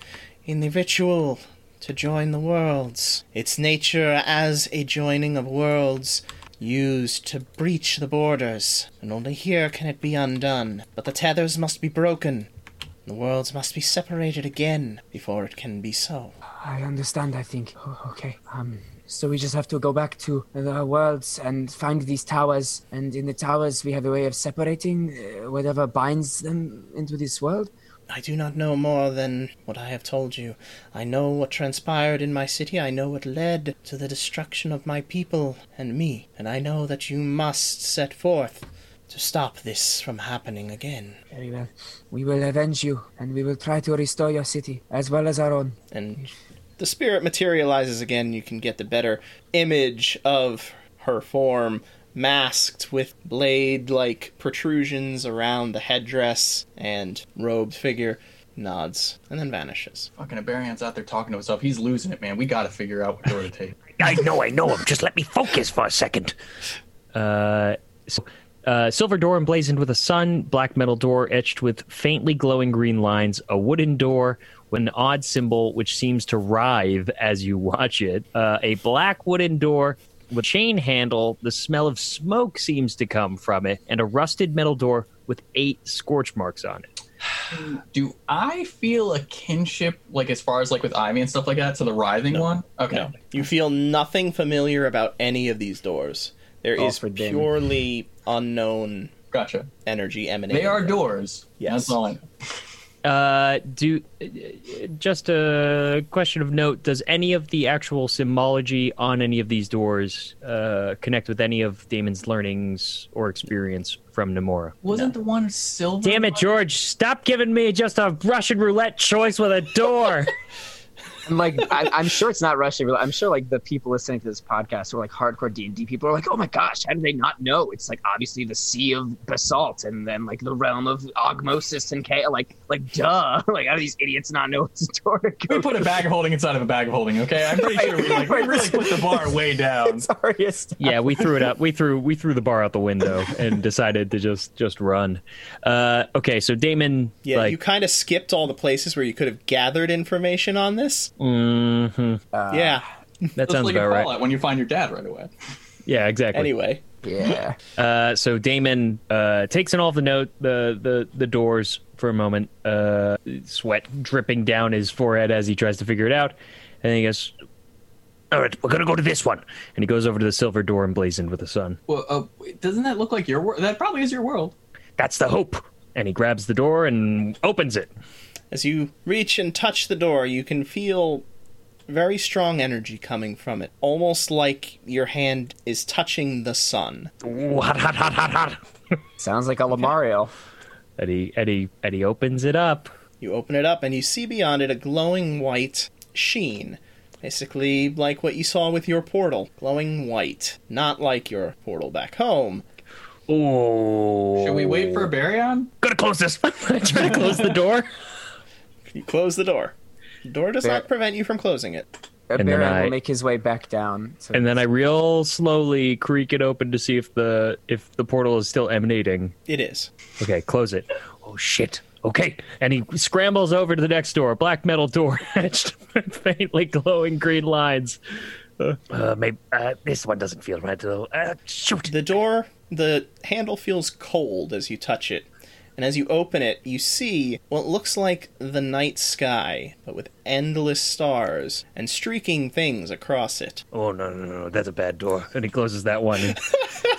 S1: in the ritual to join the worlds. Its nature as a joining of worlds used to breach the borders, and only here can it be undone. But the tethers must be broken. and The worlds must be separated again before it can be so.
S7: I understand, I think. O- okay. Um, so we just have to go back to the worlds and find these towers. And in the towers, we have a way of separating uh, whatever binds them into this world.
S1: I do not know more than what I have told you. I know what transpired in my city, I know what led to the destruction of my people and me, and I know that you must set forth to stop this from happening again.
S7: Very well. We will avenge you, and we will try to restore your city as well as our own.
S1: And the spirit materializes again, you can get the better image of her form. Masked with blade like protrusions around the headdress and robed figure, nods, and then vanishes.
S4: Fucking Abarion's out there talking to himself. He's losing it, man. We gotta figure out what door to take.
S8: I know, I know him. Just let me focus for a second.
S3: Uh, so, uh, silver door emblazoned with a sun, black metal door etched with faintly glowing green lines, a wooden door with an odd symbol which seems to writhe as you watch it, uh, a black wooden door with chain handle. The smell of smoke seems to come from it, and a rusted metal door with eight scorch marks on it.
S4: Do I feel a kinship, like as far as like with Ivy and stuff like that, to the writhing one? Okay.
S1: No. You feel nothing familiar about any of these doors. There is
S2: for Damon.
S1: purely unknown
S4: Gotcha.
S1: energy emanating.
S4: They are
S1: from-
S4: doors.
S1: Yes.
S4: That's all I know.
S3: Uh, do uh, just a question of note: Does any of the actual symbology on any of these doors uh, connect with any of Damon's learnings or experience from Nomura?
S4: Wasn't the one silver?
S3: Damn it, George! Stop giving me just a Russian roulette choice with a door.
S2: And like, I, I'm sure it's not Russian. But I'm sure like the people listening to this podcast who are like hardcore D and D people are like, oh my gosh, how do they not know? It's like obviously the sea of basalt, and then like the realm of osmosis and chaos. Like, like duh, [laughs] like how do these idiots not know it's a door? to
S4: We
S2: go
S4: put a bag of holding inside of a bag of holding, okay? I'm pretty
S3: [laughs]
S4: sure we, like, we really put the bar way down.
S2: Sorry, [laughs] it's-
S3: [laughs] yeah, we threw it up. We threw we threw the bar out the window and decided to just just run. Uh, okay, so Damon,
S1: Yeah,
S3: like,
S1: you kind of skipped all the places where you could have gathered information on this.
S3: mhm,
S1: yeah.
S3: that sounds
S4: like
S3: about
S4: a
S3: right.
S4: Fallout when you find your dad right away.
S3: Yeah, exactly.
S1: Anyway,
S2: yeah.
S3: Uh, so Damon uh, takes in all the note the the the doors for a moment, uh, sweat dripping down his forehead as he tries to figure it out, and then he goes,
S8: All right, we're gonna go to this one.
S3: and he goes over to the silver door emblazoned with the sun,
S4: Well, uh, wait, doesn't that look like your world? That probably is your world.
S8: That's the hope.
S3: and he grabs the door and opens it.
S1: as you reach and touch the door, you can feel very strong energy coming from it, almost like your hand is touching the sun.
S8: Ooh, hot, hot, hot, hot, hot.
S3: [laughs]
S2: Sounds like a Lamario.
S3: And he and he and he opens it up.
S1: You open it up and you see beyond it a glowing white sheen. Basically, like what you saw with your portal. Glowing white. Not like your portal back home.
S8: Ooh.
S4: Should we wait for a Baryon?
S8: Gotta close this.
S3: [laughs] Try to close the door.
S1: You close the door. The door does not prevent you from closing it.
S2: Uh,
S3: And then
S2: Baron
S3: I-
S2: will make his way back down. to- [laughs]
S3: and then I real slowly creak it open to see if the if the portal is still emanating.
S1: It is.
S3: Okay, close it. Oh shit. Okay, and he scrambles over to the next door, black metal door [laughs] etched with faintly glowing green lines.
S9: Uh, maybe uh, this one doesn't feel right though. Uh, shoot.
S1: The door, the handle feels cold as you touch it. And as you open it, you see what looks like the night sky, but with endless stars and streaking things across it.
S9: Oh no no no! That's a bad door.
S3: And he closes that one and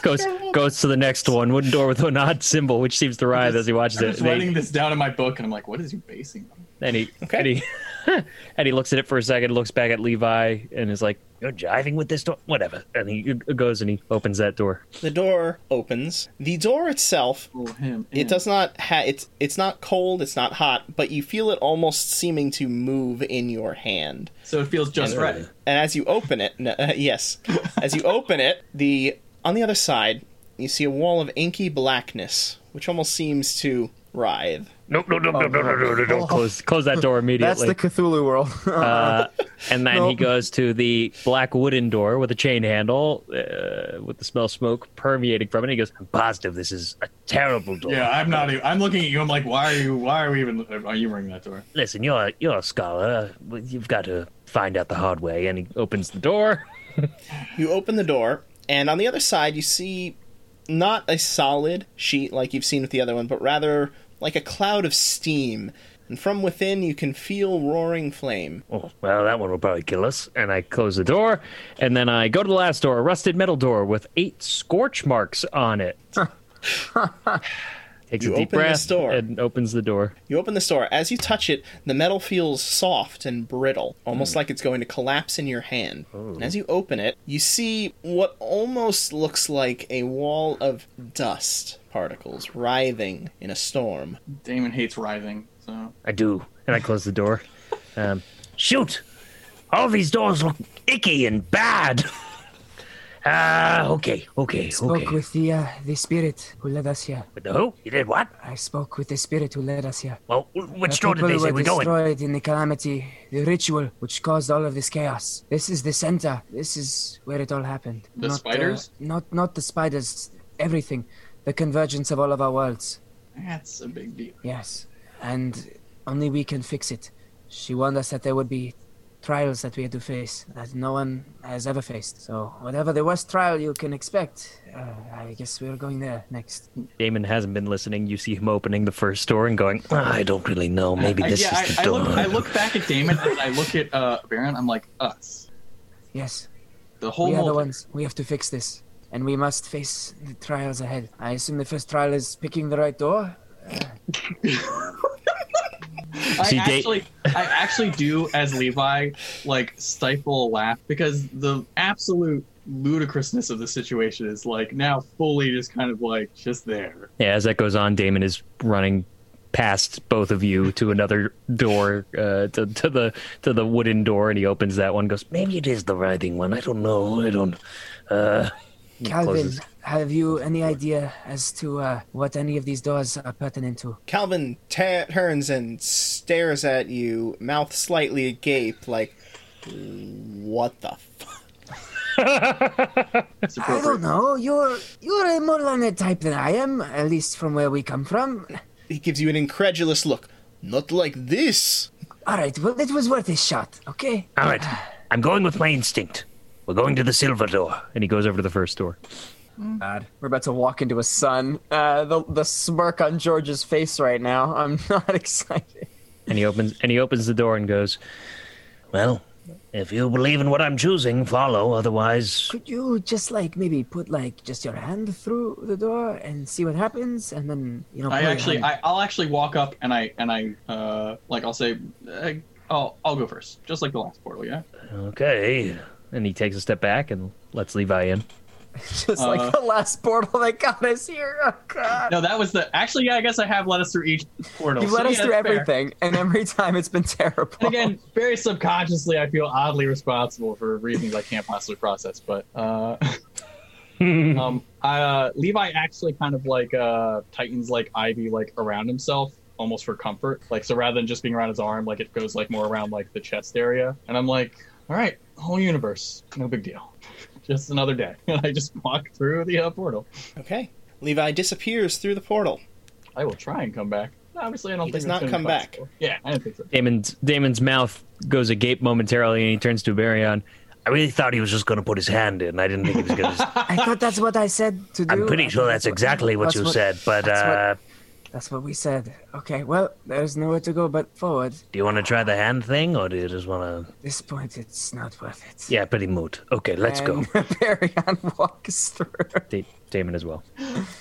S3: goes goes to the next one, wooden door with an odd symbol, which seems to writhe as he watches
S4: I'm
S3: it.
S4: just
S3: They-
S4: writing this down in my book, and I'm like, what is he basing? on?
S3: and he
S1: Okay.
S3: and he [laughs] and he looks at it for a second, looks back at Levi, and is like,
S9: You're jiving with this door.
S3: whatever. And he goes and he opens that door.
S1: The door opens. The door itself
S4: Oh, him.
S1: It does not ha- it's it's not cold, it's not hot, but you feel it almost seeming to move in your hand.
S4: So it feels just right.
S1: And as you open it, no, uh, yes, as you open it, the on the other side, you see a wall of inky blackness, which almost seems to writhe.
S9: No no
S2: Oh,
S9: no no no no no no. no.
S3: [laughs] Close close that
S10: [laughs]
S3: door
S10: That's
S3: immediately.
S10: the Cthulhu
S2: [laughs]
S10: world.
S3: uh, and then he
S10: Nope.
S3: goes to the black wooden door with a chain handle, uh, with the smell of smoke permeating from it. He goes,
S9: I'm positive this is a terrible door.
S4: Yeah, I'm not. Even, I'm looking at you. I'm like, why are you? Why are we even? Are you ringing that door?
S9: Listen, you're you're a scholar. You've got to find out the hard way. And he,
S3: opens the door.
S1: You open the door, and on the other side, you see not a solid sheet like you've seen with the other one, but rather like a cloud of steam. And from within, you can feel roaring flame.
S9: oh well, that one will probably kill us.
S3: And I close the door, and then I go to the last door, a rusted metal door with eight scorch marks on
S4: [laughs]
S3: it. Takes
S1: You
S3: a deep
S1: open
S3: breath
S1: this door.
S3: and opens the door.
S1: You open this door. As you touch it, the metal feels soft and brittle, almost like it's going to collapse in your hand. And as you open it, you see what almost looks like a wall of dust particles writhing in a storm.
S4: Damon hates writhing. So
S9: I do.
S3: And I close the door.
S9: Um, shoot! All these doors look icky and bad.
S3: [laughs]
S9: Ah,
S3: Uh,
S9: okay, okay,
S2: spoke
S9: okay.
S2: with the uh, the spirit who led us here.
S9: With the who? You did what?
S2: I spoke with the spirit who led us here.
S9: Well, which
S2: The
S9: door did
S2: people
S9: they say
S2: were
S9: we go in?
S2: destroyed in the calamity, the ritual which caused all of this chaos. This is the center. This is where it all happened.
S4: The
S2: uh,
S4: spiders?
S2: not not the spiders. Everything, the convergence of all of our worlds.
S4: that's a big deal.
S2: Yes, and only we can fix it. She warned us that there would be trials that we had to face that no one has ever faced. So whatever the worst trial you can expect, uh, I guess we're going there next.
S3: Damon hasn't been listening. You see him opening the first door and going,
S9: Ah, I don't really know. Maybe
S4: I,
S9: this
S4: yeah,
S9: is the
S4: I, I
S9: door.
S4: look. I look back at Damon and I look at uh, Baron. I'm like, us.
S2: Yes,
S4: The whole.
S2: we are the
S4: multi-
S2: ones. We have to fix this, and we must face the trials ahead. I assume the first trial is picking the right door.
S4: I
S3: See, Da-
S4: actually, I actually do as Levi, like stifle a laugh because the absolute ludicrousness of the situation is like now fully just kind of like just there.
S3: Yeah, as that goes on, Damon is running past both of you to another door, uh, to, to the to the wooden door, and he opens that one. Goes,
S9: Maybe it is the writhing one. I don't know. I don't. Uh,
S2: Calvin,
S3: closes.
S2: have you any idea as to uh, what any of these doors are pertinent to?
S1: Calvin ta turns and stares at you, mouth slightly agape, like, what the fuck?
S4: It's
S2: I don't
S4: appropriate.
S2: know. You're you're a more learned type than I am, at least from where we come from.
S1: He gives you an incredulous look. Not like this.
S2: All right, well, it was worth a shot, okay?
S9: all right. I'm going with my instinct. We're going to the silver door.
S3: and he goes over to the first door.
S10: We're about to walk into a sun. Uh, the the smirk on George's face right now. I'm [laughs] not excited.
S3: And he opens and he opens the door and goes,
S9: Well, if you believe in what I'm choosing, follow. Otherwise,
S2: Could you just like maybe put like just your hand through the door and see what happens, and then you know?
S4: I
S2: pull your
S4: actually,
S2: hand?
S4: I, I'll actually walk up and I and I uh like I'll say, uh, I'll I'll go first, just like the last portal. Yeah.
S9: okay.
S3: and he takes a step back and lets Levi in.
S2: [laughs]
S10: Just
S4: Uh.
S10: like the last portal that got us here. Oh
S4: [laughs]
S10: god.
S4: No, that was the actually. Yeah, I guess I have let us through each portal.
S10: You've
S4: so
S10: let us
S4: yeah,
S10: through
S4: that's fair.
S10: everything, and every time it's been terrible.
S4: [laughs] And again, very subconsciously, I feel oddly responsible for reasons I can't possibly process. But uh, [laughs] um, uh, Levi actually kind of like uh, tightens like Ivy like around himself almost for comfort. Like so, rather than just being around his arm, like it goes like more around like the chest area. And I'm like, all right, whole universe, no big deal. [laughs] Just another day. [laughs] And I just walk through the uh, portal.
S11: Okay. Levi disappears through the portal.
S4: I will try and come back. Obviously, I don't
S11: He does
S4: think it's
S11: not
S4: gonna be
S11: come back.
S4: possible. Yeah, I don't think so.
S12: Damon's Damon's mouth goes agape momentarily, and he turns to Baryon.
S9: I really thought he was just going to put his hand in. I didn't think he was going [laughs] to.
S13: I thought that's what I said to do.
S9: I'm pretty
S13: I
S9: sure
S13: think
S9: that's exactly what
S13: that's
S9: you said, but uh,
S13: That's what we said. Okay, well, there's nowhere to go but forward. At
S9: do you want to try the hand thing or do you just want to?
S13: this point, it's not worth it.
S9: Yeah, pretty moot. Okay, let's go.
S2: [laughs]
S13: And Baryon walks through.
S12: Da- Damon as well.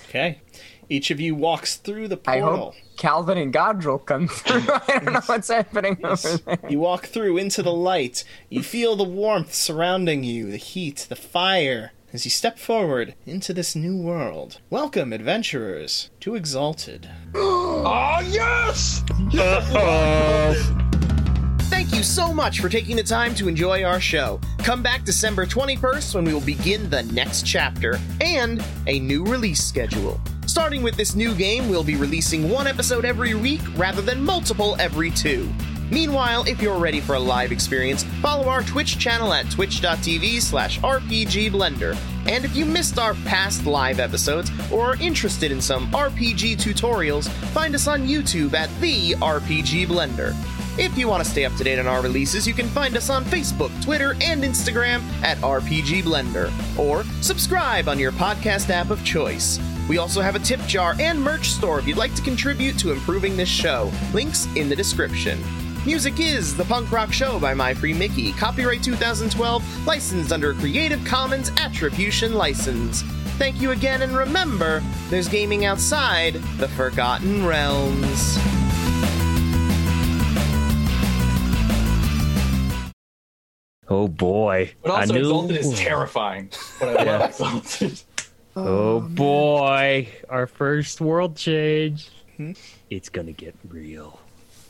S11: Okay. Each of you walks through the
S13: I
S11: portal.
S13: hope Calvin and Godril come through.
S2: [laughs]
S13: I don't know what's happening over [laughs] there.
S11: You walk through into the light. You feel the warmth surrounding you, the heat, the fire, as you step forward into this new world. Welcome, adventurers, to Exalted.
S4: Oh yes!
S1: Thank you so much for taking the time to enjoy our show. Come back December 21st when we will begin the next chapter and a new release schedule. Starting with this new game, we'll be releasing one episode every week rather than multiple every two. Meanwhile, if you're ready for a live experience, follow our Twitch channel at twitch.tv slash rpgblender. And if you missed our past live episodes or are interested in some RPG tutorials, find us on YouTube at the RPG Blender. If you want to stay up to date on our releases, you can find us on Facebook, Twitter, and Instagram at RPG Blender, or subscribe on your podcast app of choice. We also have a tip jar and merch store if you'd like to contribute to improving this show. Links in the description. Music is The Punk Rock Show by My Free Mickey, copyright 2012, licensed under a Creative Commons Attribution License. Thank you again, and remember, there's gaming outside the Forgotten Realms.
S3: Oh boy.
S4: But also,
S3: I knew. [laughs]
S4: Exalted is terrifying. But I love Exalted. [laughs]
S3: oh boy. Our first world change.
S4: Hmm?
S3: It's going to get real.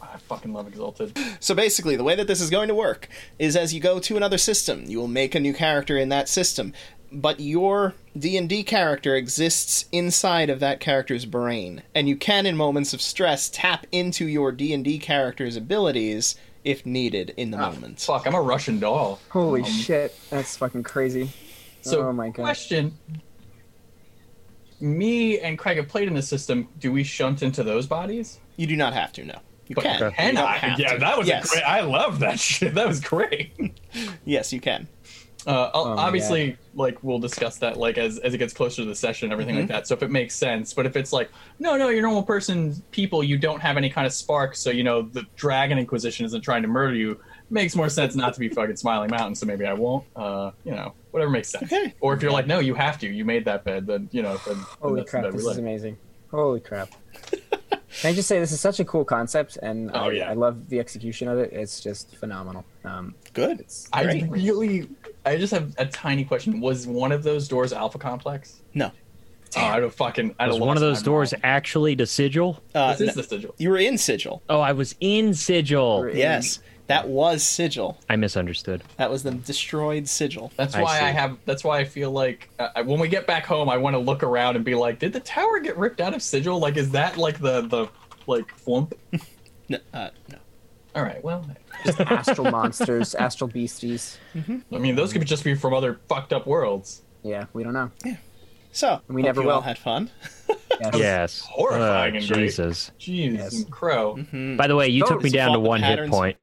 S4: I fucking love Exalted.
S11: So basically, the way that this is going to work is as you go to another system, you will make a new character in that system, but your D&D character exists inside of that character's brain, and you can in moments of stress tap into your D&D character's abilities if needed in
S4: Ah.
S11: the moment.
S4: Fuck, I'm a Russian doll.
S2: Holy shit, that's fucking crazy.
S4: So,
S2: Oh my God.
S4: question. Me and Craig have played in this system. Do we shunt into those bodies?
S11: You do not have to, no. You
S4: But
S11: can. You
S4: can
S11: don't
S4: I?
S11: have
S4: Yeah,
S11: to.
S4: that was a
S11: Yes.
S4: great. I love that [laughs] shit. That was great.
S11: Yes, you can.
S4: Uh, I'll-
S2: my
S4: obviously, like we'll discuss that like as as it gets closer to the session, and everything like that. So if it makes sense, but if it's like no, no, you're normal person, people, you don't have any kind of spark, so you know the Dragon Inquisition isn't trying to murder you. Makes more sense not to be fucking Smiling Mountain, so maybe I won't. Uh, you know, whatever makes sense.
S11: Okay.
S4: Or if you're like, no, you have to, you made that bed, then you know. Then, then
S2: Holy
S4: that's the
S2: crap,
S4: bed we
S2: this
S4: like.
S2: is amazing. Holy crap. Can I just say this is such a cool concept and
S4: Oh,
S2: I,
S4: yeah.
S2: I love the execution of it. It's just phenomenal. Um,
S11: Good.
S4: I
S11: Great.
S4: really, I just have a tiny question. Was one of those doors Alpha Complex?
S11: No.
S4: Oh, I don't fucking. I
S12: Was
S4: don't.
S12: one of those doors actually to Sigil?
S11: Uh,
S4: This is
S11: no.
S4: the sigil.
S11: You were in Sigil.
S12: Oh, I was in
S3: Oh,
S12: Sigil.
S11: Yes. That was Sigil.
S12: I misunderstood.
S11: That was the destroyed Sigil.
S4: That's
S12: I
S4: why I,
S12: see.
S4: have. That's why I feel like uh, I- when we get back home, I want to look around and be like, "Did the tower get ripped out of sigil? Like, is that like the the like flump?"
S11: No, uh, no.
S4: All right. Well,
S2: astral monsters, [laughs] astral beasties.
S4: I mean, those could just be from other fucked up worlds.
S2: Yeah, we don't know.
S11: So,
S2: We
S11: hope
S2: never
S11: you all
S2: will.
S11: had fun.
S12: Yes.
S4: horrifying
S12: Uh,
S4: and great.
S12: Oh, Jesus.
S4: Jeez,
S2: Yes.
S4: and crow.
S12: By the way, you
S2: Oh,
S12: took me
S11: so
S12: down to
S11: follow the
S12: one hit
S11: patterns.
S12: point.